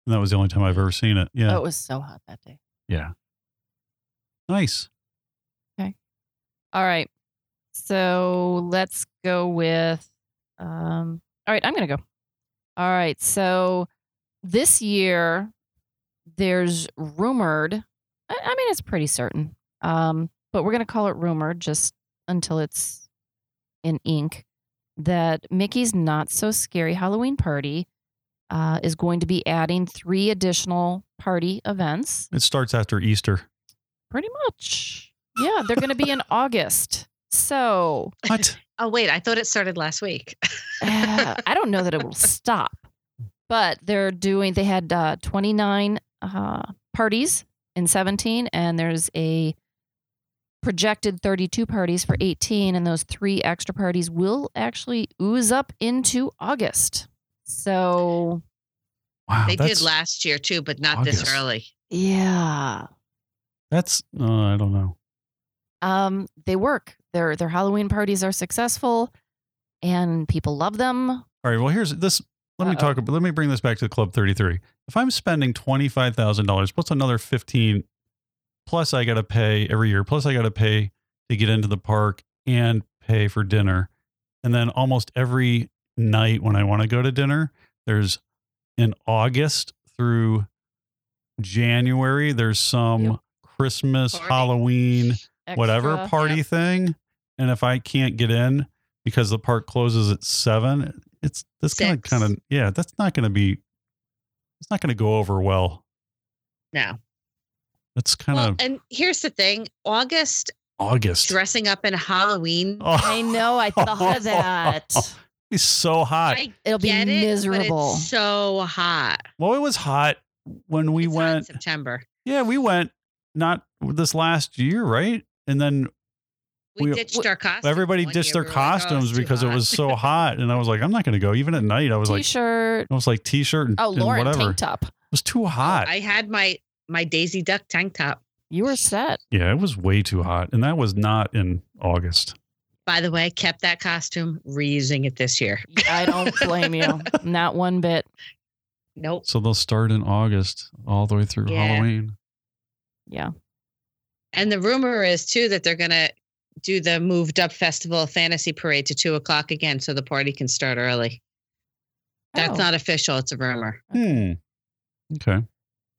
and that was the only time I've ever seen it. Yeah,
Oh, it was so hot that day.
nice.
All right. So let's go with um all right, I'm gonna go. All right, so this year there's rumored I, I mean it's pretty certain. Um, but we're gonna call it rumored just until it's in ink that Mickey's not so scary Halloween party uh, is going to be adding three additional party events
It starts after Easter.
Pretty much. Yeah, they're going to be in August. So
What?
Oh wait, I thought it started last week.
uh, I don't know that it will stop, but they're doing, they had uh, 29 uh, parties in 17, and there's a projected 32 parties for 18, and those three extra parties will actually ooze up into August. So,
wow,
they
that's,
did last year too, but not
August.
this early.
yeah.
That's uh, I don't know.
um, they work. Their their Halloween parties are successful, and people love them.
All right. Well, here's this. Let me
Uh-oh.
talk. Let me bring this back to Club Thirty Three. If I'm spending twenty five thousand dollars plus another fifteen, plus I got to pay every year, plus I got to pay to get into the park and pay for dinner, and then almost every night when I want to go to dinner, there's in August through January, there's some
Yep.
Christmas,
Party.
Halloween, whatever
Extra-
party thing, and if I can't get in because the park closes at seven, it's that's gonna
Six.
kind of yeah, that's not gonna be, it's not gonna go over well.
No.
That's kind
Well,
of
and here's the thing: August
August.
dressing up in Halloween.
Oh,
I know. I thought of that.
It's so hot.
I
It'll be
get it,
miserable.
But it's so hot.
well, it was hot when we
It's hot in
went.
September.
Yeah, we went not this last year, right? And then
We,
We-
ditched our costumes.
everybody
one
ditched their
year. We were like, "Oh, it's
costumes
too
because it
hot."
was so hot, and I was like, I'm not gonna go. Even at night, I was like,
T-shirt.
I was like t-shirt and,
Oh,
and
Lauren,
whatever.
tank
It
top.
was too
Oh,
hot.
I had my my Daisy Duck tank top.
You were set.
Yeah, it was way too hot. And that was not in August.
By the way, kept that costume, reusing it this year.
I don't blame you. Not one bit.
Nope.
So they'll start in August all the way through
Yeah.
Halloween.
And the rumor is too that they're gonna do the moved up festival fantasy parade to two o'clock again, so the party can start early. That's
Oh.
not official; it's a rumor.
Hmm. Okay.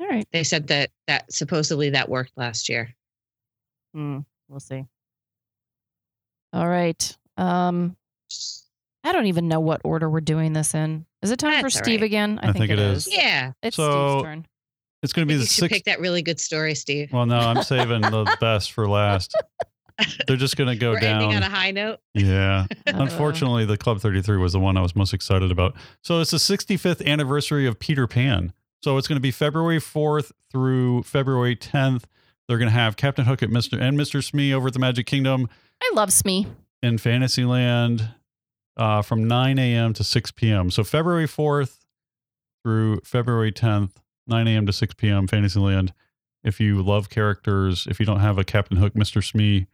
All right.
They said that that supposedly that worked last year.
Hmm, we'll see. All right. Um, I don't even know what order we're doing this in. Is it time
That's
for
all
Steve
right.
again?
I think it is.
Yeah.
It's
So-
Steve's turn.
It's going to be
You
the
should
sixth.
pick that really good story, Steve.
Well, no, I'm saving the best for last. They're just going to go
We're
down.
ending on a high note.
yeah.
Uh,
Unfortunately, the Club 33 was the one I was most excited about. So it's the 65th anniversary of Peter Pan. So it's going to be February 4th through February 10th. They're going to have Captain Hook at Mr. and Mr. Smee over at the Magic Kingdom
I love Smee.
in Fantasyland uh, from 9 a.m. to 6 p.m. So February 4th through February 10th, 9 a.m. to 6 p.m. Fantasyland. If you love characters, if you don't have a Captain Hook, Mr. Smee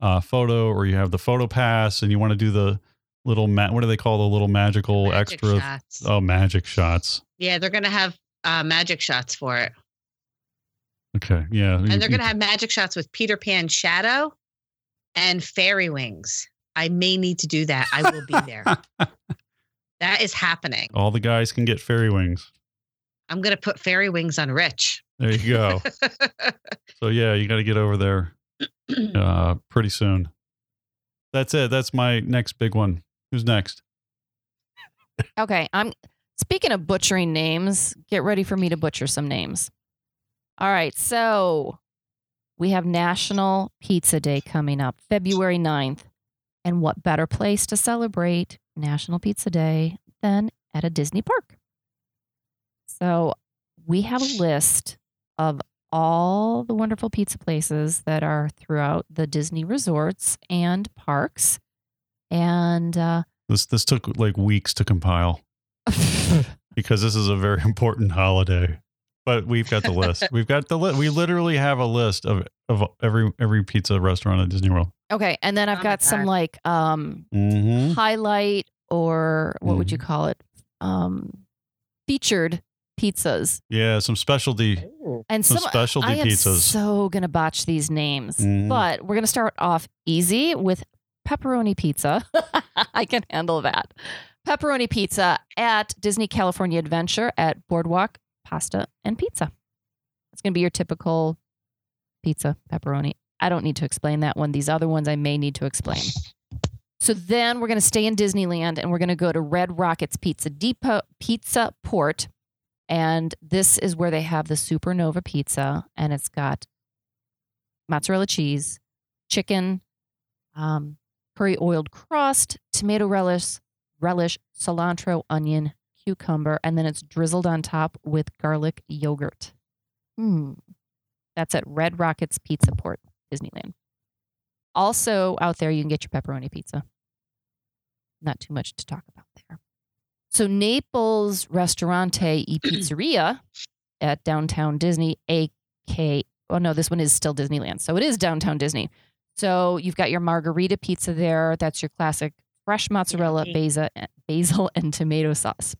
uh, photo, or you have the photo pass and you want to do the little, ma- what do they call the little magical
Magic
extra?
shots.
Oh, magic shots.
Yeah, they're gonna have uh, magic shots for it,
Okay. Yeah.
and they're gonna have magic shots with Peter Pan shadow and fairy wings. I may need to do that. I will be there. that is happening.
All the guys can get fairy wings.
I'm gonna put fairy wings on Rich.
There you go. so, yeah, you got to get over there. uh, pretty soon. That's it. That's my next big one. Who's next?
Okay, I'm speaking of butchering names, get ready for me to butcher some names. All right, so we have National Pizza Day coming up February 9th. And what better place to celebrate National Pizza Day than at a Disney park? So we have a list of all the wonderful pizza places that are throughout the Disney resorts and parks. And uh,
This this took like weeks to compile because this is a very important holiday. But we've got the list. We've got the list. We literally have a list of of every every pizza restaurant at Disney World.
Okay, and then I've
Oh my
got some
God.
like um
Mm-hmm.
highlight or what would you call it? Um featured pizzas.
Yeah, some specialty
Ooh.
And
some
some
specialty
I am
pizzas.
so going to botch these names.
Mhm.
But we're going to start off easy with pepperoni pizza. I can handle that. Pepperoni pizza at Disney California Adventure at Boardwalk Pasta and Pizza. It's going to be your typical pizza pepperoni. I don't need to explain that one. These other ones I may need to explain. So then we're going to stay in Disneyland and we're going to go to Red Rockets Pizza Depot Pizza Port. And this is where they have the Supernova Pizza and it's got mozzarella cheese, chicken, um, curry oiled crust, tomato relish, relish, cilantro, onion, cucumber, and then it's drizzled on top with garlic yogurt. Hmm. That's at Red Rockets Pizza Port, Disneyland. Also out there, you can get your pepperoni pizza. Not too much to talk about there. So Naples Restaurante e Pizzeria at downtown Disney, aka oh no, this one is still Disneyland. So it is downtown Disney. So you've got your margarita pizza there. That's your classic fresh mozzarella,
Yummy.
basil, basil and tomato sauce.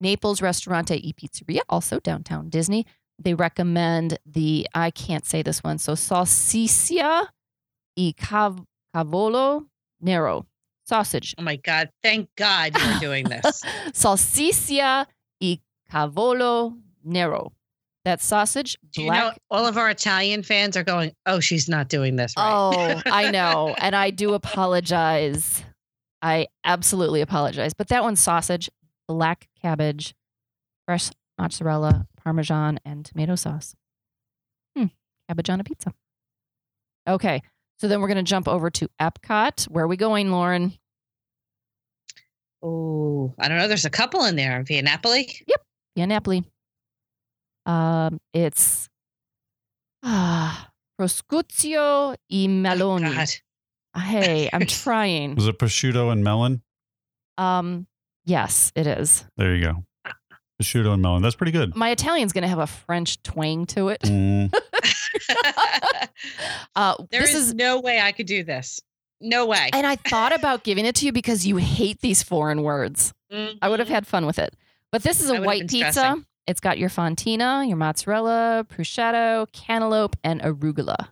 Naples Restaurante e Pizzeria, also downtown Disney. They recommend the I can't say this one. So salsiccia e cav- cavolo nero sausage.
Oh my God! Thank God you're doing this.
Salsiccia e cavolo nero. That's sausage,
Do you know
black.
all of our Italian fans are going? Oh, she's not doing this
Oh,
right.
I know. And I do apologize. I absolutely apologize. But that one's sausage, black cabbage, fresh mozzarella, parmesan, and tomato sauce. Hmm. Cabbage on a pizza. Okay. So then we're going to jump over to Epcot. Where are we going, Lauren?
Oh, I don't know. There's a couple in there. Via Napoli.
Yeah, Napoli. Um, it's ah, prosciutto e
Oh
meloni.
God.
hey, I'm trying.
Is it prosciutto and melon?
Um, yes, it is.
There you go. Prosciutto and melon. That's pretty good.
My Italian's gonna have a French twang to it.
Mm.
Uh,
there
this
is,
is,
no way I could do this. No way.
and I thought about giving it to you because you hate these foreign words.
Mm-hmm.
I would have had fun with it. But this is
I
a
would have
white
been
pizza.
stressing.
It's got your fontina, your mozzarella, prosciutto, cantaloupe, and arugula.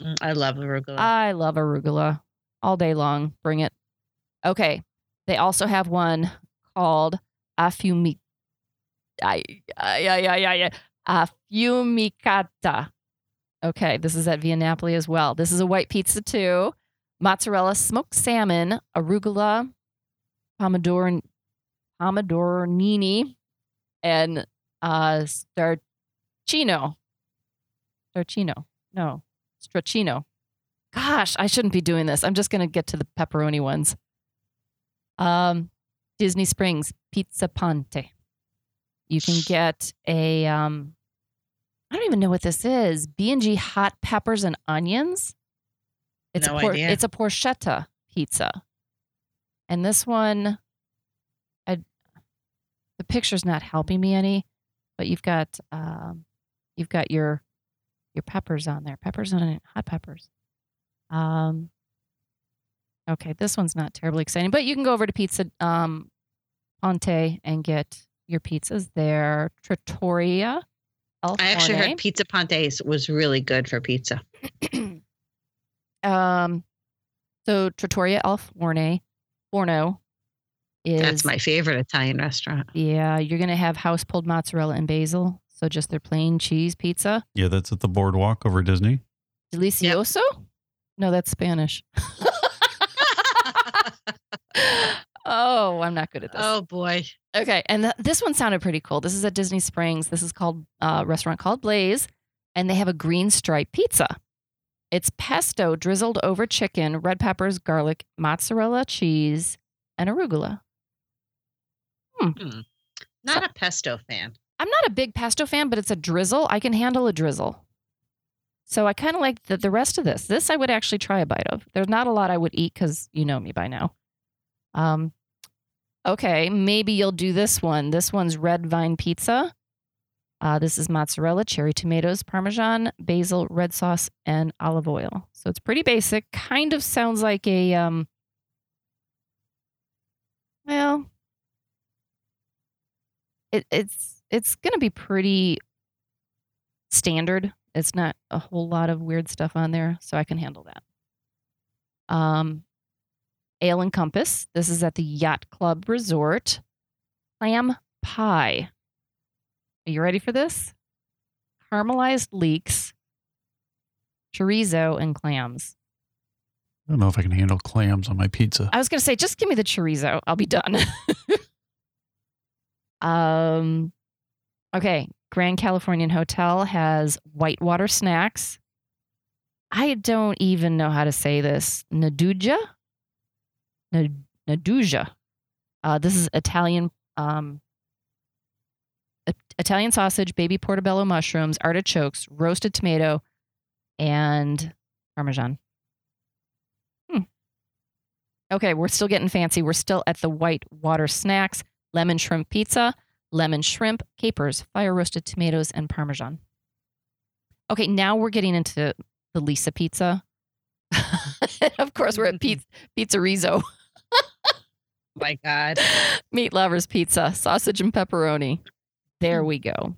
Mhm. I love arugula.
I love arugula all day long. Bring it. Okay. They also have one called afumi I, I, I, I, I, uh, Fumicata. Okay, this is at Via Napoli as well. This is a white pizza too. Mozzarella, smoked salmon, arugula, pomodoro, pomodornini, and uh, starcino. Starcino. No, stracchino. Gosh, I shouldn't be doing this. I'm just going to get to the pepperoni ones. Um, Disney Springs Pizza Ponte. You can get a um I don't even know what this is. B&G hot peppers and onions. It's
No
a por-
idea.
it's a porchetta pizza. And this one I the picture's not helping me any, but you've got um you've got your your peppers on there. Peppers on it, hot peppers. Um Okay, this one's not terribly exciting, but you can go over to Pizza um, Ponte and get your pizzas there. Trattoria. El
I actually
Forne.
heard Pizza Ponte's was really good for pizza.
um, so Trattoria El Forne, Forno is
That's my favorite Italian restaurant.
yeah. You're gonna have house pulled mozzarella and basil, so just their plain cheese pizza.
Yeah, that's at the boardwalk over Disney.
Delicioso? No, that's Spanish. oh, I'm not good at this.
oh boy.
Okay, and th- this one sounded pretty cool. This is at Disney Springs. This is called uh, restaurant called Blaze, and they have a green stripe pizza. It's pesto drizzled over chicken, red peppers, garlic, mozzarella cheese, and arugula.
Not a pesto fan.
I'm not a big pesto fan, but it's a drizzle. I can handle a drizzle. So I kind of like the, the rest of this. This I would actually try a bite of. There's not a lot I would eat because you know me by now. Um, okay, maybe you'll do this one. This one's red vine pizza. Uh, this is mozzarella, cherry tomatoes, parmesan, basil, red sauce, and olive oil. So it's pretty basic. Kind of sounds like a um. Well, it, it's it's gonna be pretty standard. It's not a whole lot of weird stuff on there, so I can handle that. Um, Ale and Compass. This is at the Yacht Club Resort. Clam pie. Are you ready for this? Caramelized leeks, chorizo, and clams.
I don't know if I can handle clams on my pizza.
I was gonna say, just give me the chorizo. I'll be done. um, okay. Grand Californian Hotel has whitewater snacks. I don't even know how to say this. Naduja. Nad- Naduja. Uh, this is Italian. Um, I- Italian sausage, baby portobello mushrooms, artichokes, roasted tomato, and parmesan. Hmm. Okay, we're still getting fancy. We're still at the white water snacks, lemon shrimp pizza, lemon shrimp, capers, fire roasted tomatoes, and parmesan. Okay, now we're getting into the Lisa pizza. of course, we're at pizza, pizza Rizzo,
My God.
meat lovers pizza, sausage and pepperoni. There we go.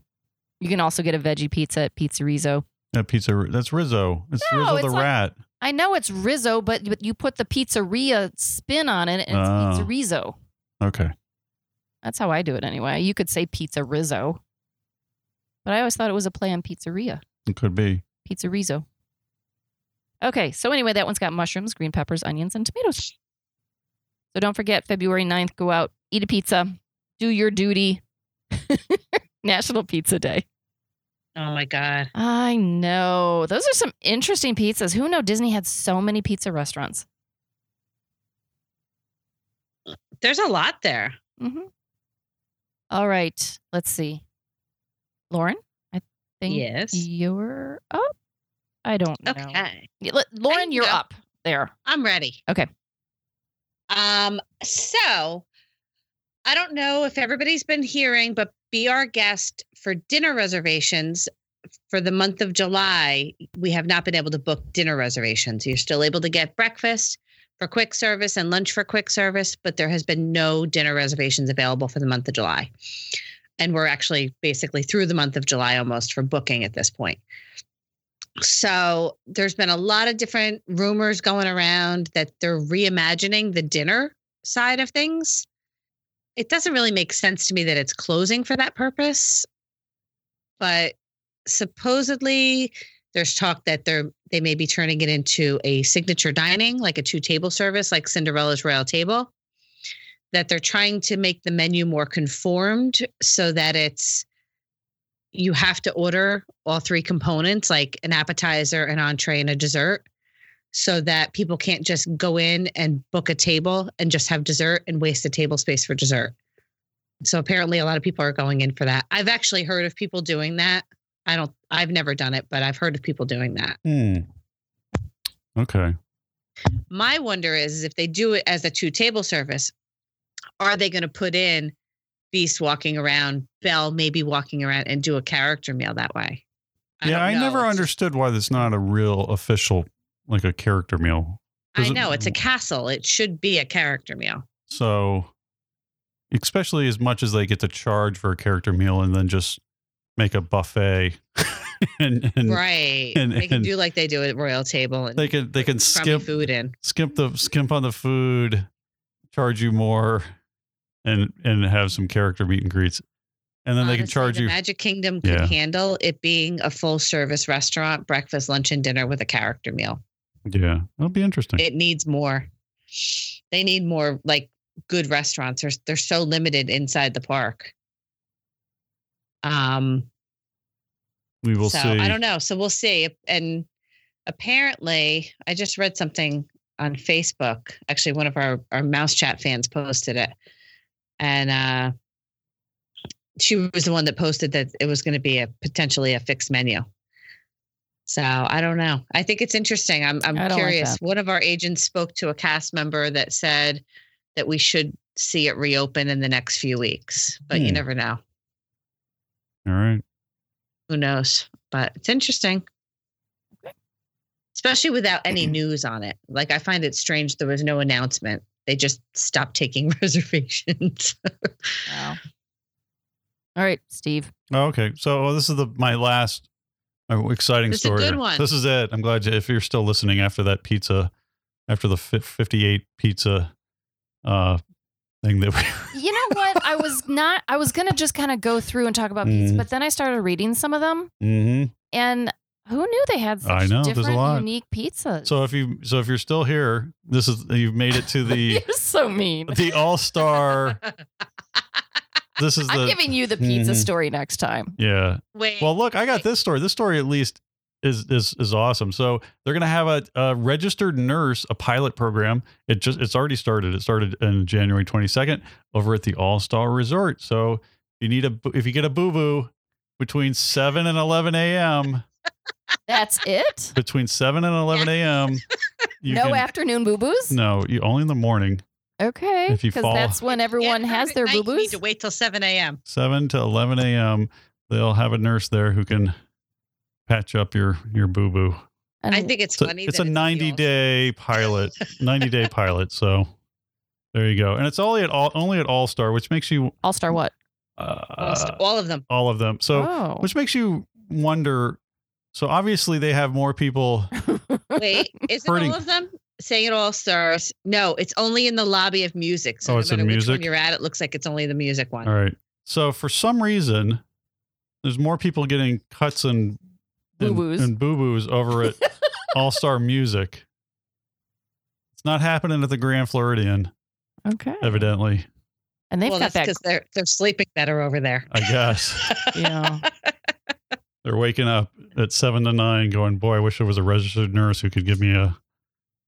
You can also get a veggie pizza at Pizza Rizzo.
That pizza, that's Rizzo. It's
No,
Rizzo
it's
the
like-
rat.
I know it's Rizzo, but but you put the pizzeria spin on it, and it's
Oh.
Pizza Rizzo.
Okay.
That's how I do it anyway. You could say pizza Rizzo, but I always thought it was a play on pizzeria,
It could be.
pizza Rizzo. Okay, so anyway, that one's got mushrooms, green peppers, onions, and tomatoes. So don't forget, February 9th, go out, eat a pizza, do your duty. National Pizza Day.
Oh my God.
I know. Those are some interesting pizzas. Who knew Disney had so many pizza restaurants?
There's a lot there.
Mm-hmm. All right, let's see. Lauren, I think
Yes.
You're up. I don't know.
Okay.
Y- let- Lauren, you're
know.
up there.
I'm ready.
Okay.
Um, so I don't know if everybody's been hearing, but be our guest for dinner reservations for the month of July. We have not been able to book dinner reservations. You're still able to get breakfast for quick service and lunch for quick service, but there has been no dinner reservations available for the month of July. And we're actually basically through the month of July almost for booking at this point. So there's been a lot of different rumors going around that they're reimagining the dinner side of things. it doesn't really make sense to me that it's closing for that purpose. But supposedly there's talk that they're they may be turning it into a signature dining, like a two table service, like Cinderella's Royal Table. That they're trying to make the menu more conformed so that it's you have to order all three components, like an appetizer, an entree, and a dessert, so that people can't just go in and book a table and just have dessert and waste a table space for dessert. So apparently, a lot of people are going in for that. I've actually heard of people doing that. I don't, I've never done it, but I've heard of people doing that.
Hmm. Okay.
My wonder is, is if they do it as a two table service, are they going to put in Beast walking around, Belle maybe walking around, and do a character meal that way.
I yeah, I never
It's-
understood why that's not a real official, like a character meal.
I
'Cause it-
know it's a castle. It should be a character meal.
So, especially as much as they get to charge for a character meal and then just make a buffet, and, and
right.
and-
they can
and-
do like they do at Royal Table and
they can they can
crummy
skip
food in.
skimp the skimp on the food, charge you more, and and have some character meet and greets, and then they can
Honestly,
charge
the
you.
Magic Kingdom could
Yeah.
handle it being a full service restaurant, breakfast, lunch, and dinner with a character meal.
yeah, that'll be interesting.
It needs more. They need more like good restaurants. They're, they're so limited inside the park. Um,
we will
so
see.
I don't know. So we'll see. And apparently, I just read something on Facebook. Actually, one of our our Mouse Chat fans posted it, and uh, she was the one that posted that it was going to be a potentially a fixed menu. So I don't know. I think it's interesting. I'm I'm
I don't like
curious.
that.
one of our agents spoke to a cast member that said that we should see it reopen in the next few weeks, but you
Hmm.
never know.
All right.
who knows? But it's interesting. Especially without any news on it. Like I find it strange there was no announcement. They just stopped taking reservations.
Wow. All right, Steve.
Oh, okay. So well, this is the my last uh, exciting
This is a
story.
good one.
This is it. I'm glad you, if you're still listening after that pizza, after the fi- 58 pizza uh, thing that we.
You know what? I was not. I was gonna just kind of go through and talk about pizza,
Mhm.
but then I started reading some of them,
mm-hmm.
and who knew they had such
I know, there's a
different,
lot.
unique pizzas.
So if you so if you're still here, this is you've made it to the
You're so mean.
the all star. This is
I'm
the
giving you the pizza
Mhm.
story next time.
yeah.
Wait.
Well, look, I got this story. This story at least is is is awesome. So they're gonna have a, a registered nurse, a pilot program. It just it's already started. It started in January 22nd over at the All Star Resort. So you need a boo- if you get a boo boo between seven and eleven a.m.
That's it.
between seven and eleven a.m. you
no
can-
afternoon boo boos.
no, you only in the morning,
Okay,
If you
because
fall-
that's when everyone
Can't
has
have it
their
at
boo
night. You need
boos.
to wait till 7 a.m.
seven to eleven a.m. They'll have a nurse there who can patch up your your boo boo.
I think it's
It's a,
funny.
it's
that
a
at the
90
All-Star.
day pilot, 90 day pilot. So there you go. And it's only at all, only at all star, which makes you,
All Star what?
uh,
all of them.
all of them. So,
oh.
which makes you wonder. So obviously they have more people.
Wait, isn't
Hurting.
all of them? Say it all stars. No, it's only in the lobby of music. So
Oh,
no
it's in
matter which
music?
one you're at, it looks like it's only the music one.
All right. So for some reason, there's more people getting cuts and and-
Boo-boos.
and boo boos over at all star music. It's not happening at the Grand Floridian,
okay.
evidently,
And they've
well,
got
that's
that.
because they're they're sleeping better over there.
I guess.
Yeah.
they're waking up at seven to nine going boy i wish there was a registered nurse who could give me a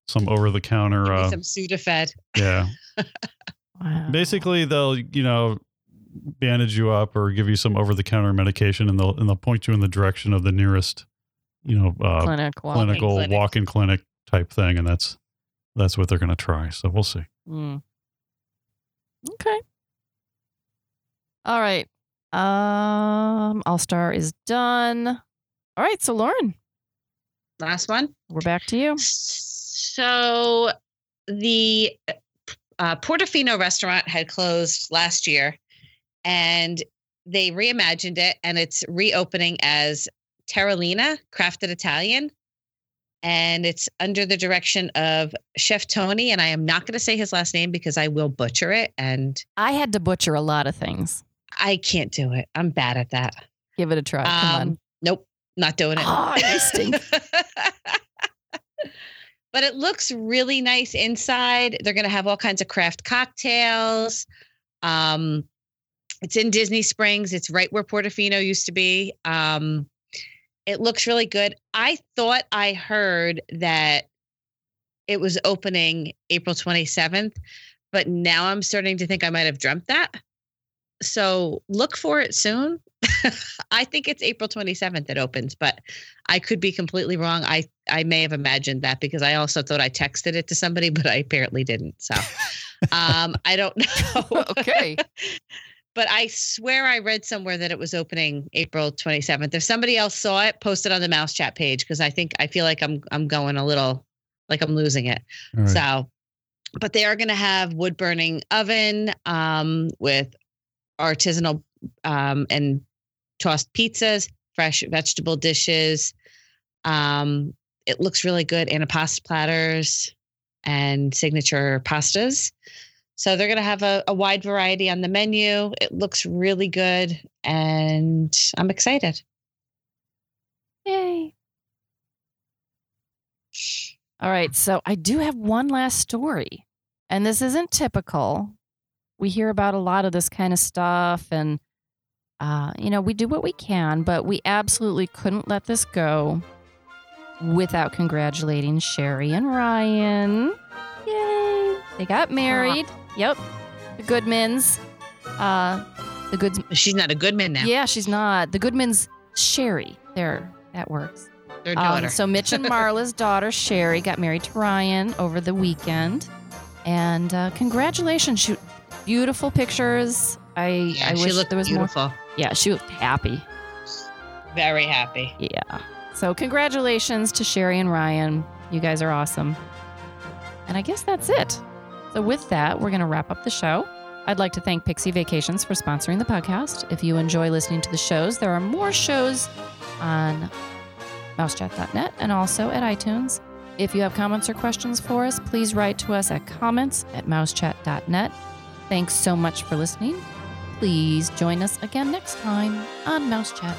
some over-the-counter
Give me
uh,
some Sudafed.
yeah
Wow.
basically they'll you know bandage you up or give you some over-the-counter medication and they'll and they'll point you in the direction of the nearest you know uh,
clinic. Wow.
clinical
clinic.
walk-in clinic type thing and that's that's what they're going to try so we'll see
Mm. Okay. All right. Um, All Star is done. All right. So Lauren,
Last one.
we're back to you.
So the uh, Portofino restaurant had closed last year and they reimagined it and it's reopening as Terralina Crafted Italian. and it's under the direction of Chef Tony. And I am not going to say his last name because I will butcher it, and
I had to butcher a lot of things.
I can't do it. I'm bad at that.
Give it a try. Come on.
Um, Nope, not doing it.
Oh, you stink.
but it looks really nice inside. They're going to have all kinds of craft cocktails. Um, it's in Disney Springs. It's right where Portofino used to be. Um, it looks really good. I thought I heard that it was opening April 27th, but now I'm starting to think I might have dreamt that. So look for it soon. I think it's April 27th that opens, but I could be completely wrong. I I may have imagined that because I also thought I texted it to somebody, but I apparently didn't. So um, I don't know.
okay.
but I swear I read somewhere that it was opening April 27th. If somebody else saw it, post it on the Mouse Chat page because I think I feel like I'm I'm going a little like I'm losing it.
All right.
So, but they are going to have wood burning oven um, with artisanal um, and tossed pizzas, fresh vegetable dishes. Um, it looks really good, and a pasta platters and signature pastas. So they're going to have a, a wide variety on the menu. It looks really good, and I'm excited.
Yay. All right. So I do have one last story, and this isn't typical. We hear about a lot of this kind of stuff, and, uh, you know, we do what we can, but we absolutely couldn't let this go without congratulating Sherry and Ryan. Yay. They got married. Yep. The Goodmans. Uh, the Goods.
She's not a good man now.
Yeah, she's not. The Goodmans, Sherry. There, that works.
Their
Um,
daughter.
so Mitch and Marla's daughter Sherry got married to Ryan over the weekend, and uh, congratulations! Shoot, beautiful pictures. I
yeah,
I
she
wish
looked
there was
beautiful.
more. Yeah, she looked happy.
Very happy.
Yeah. So congratulations to Sherry and Ryan. You guys are awesome. And I guess that's it. So with that, we're going to wrap up the show. I'd like to thank Pixie Vacations for sponsoring the podcast. If you enjoy listening to the shows, there are more shows on mousechat.net and also at iTunes. If you have comments or questions for us, please write to us at comments at mousechat.net. Thanks so much for listening. Please join us again next time on Mouse Chat.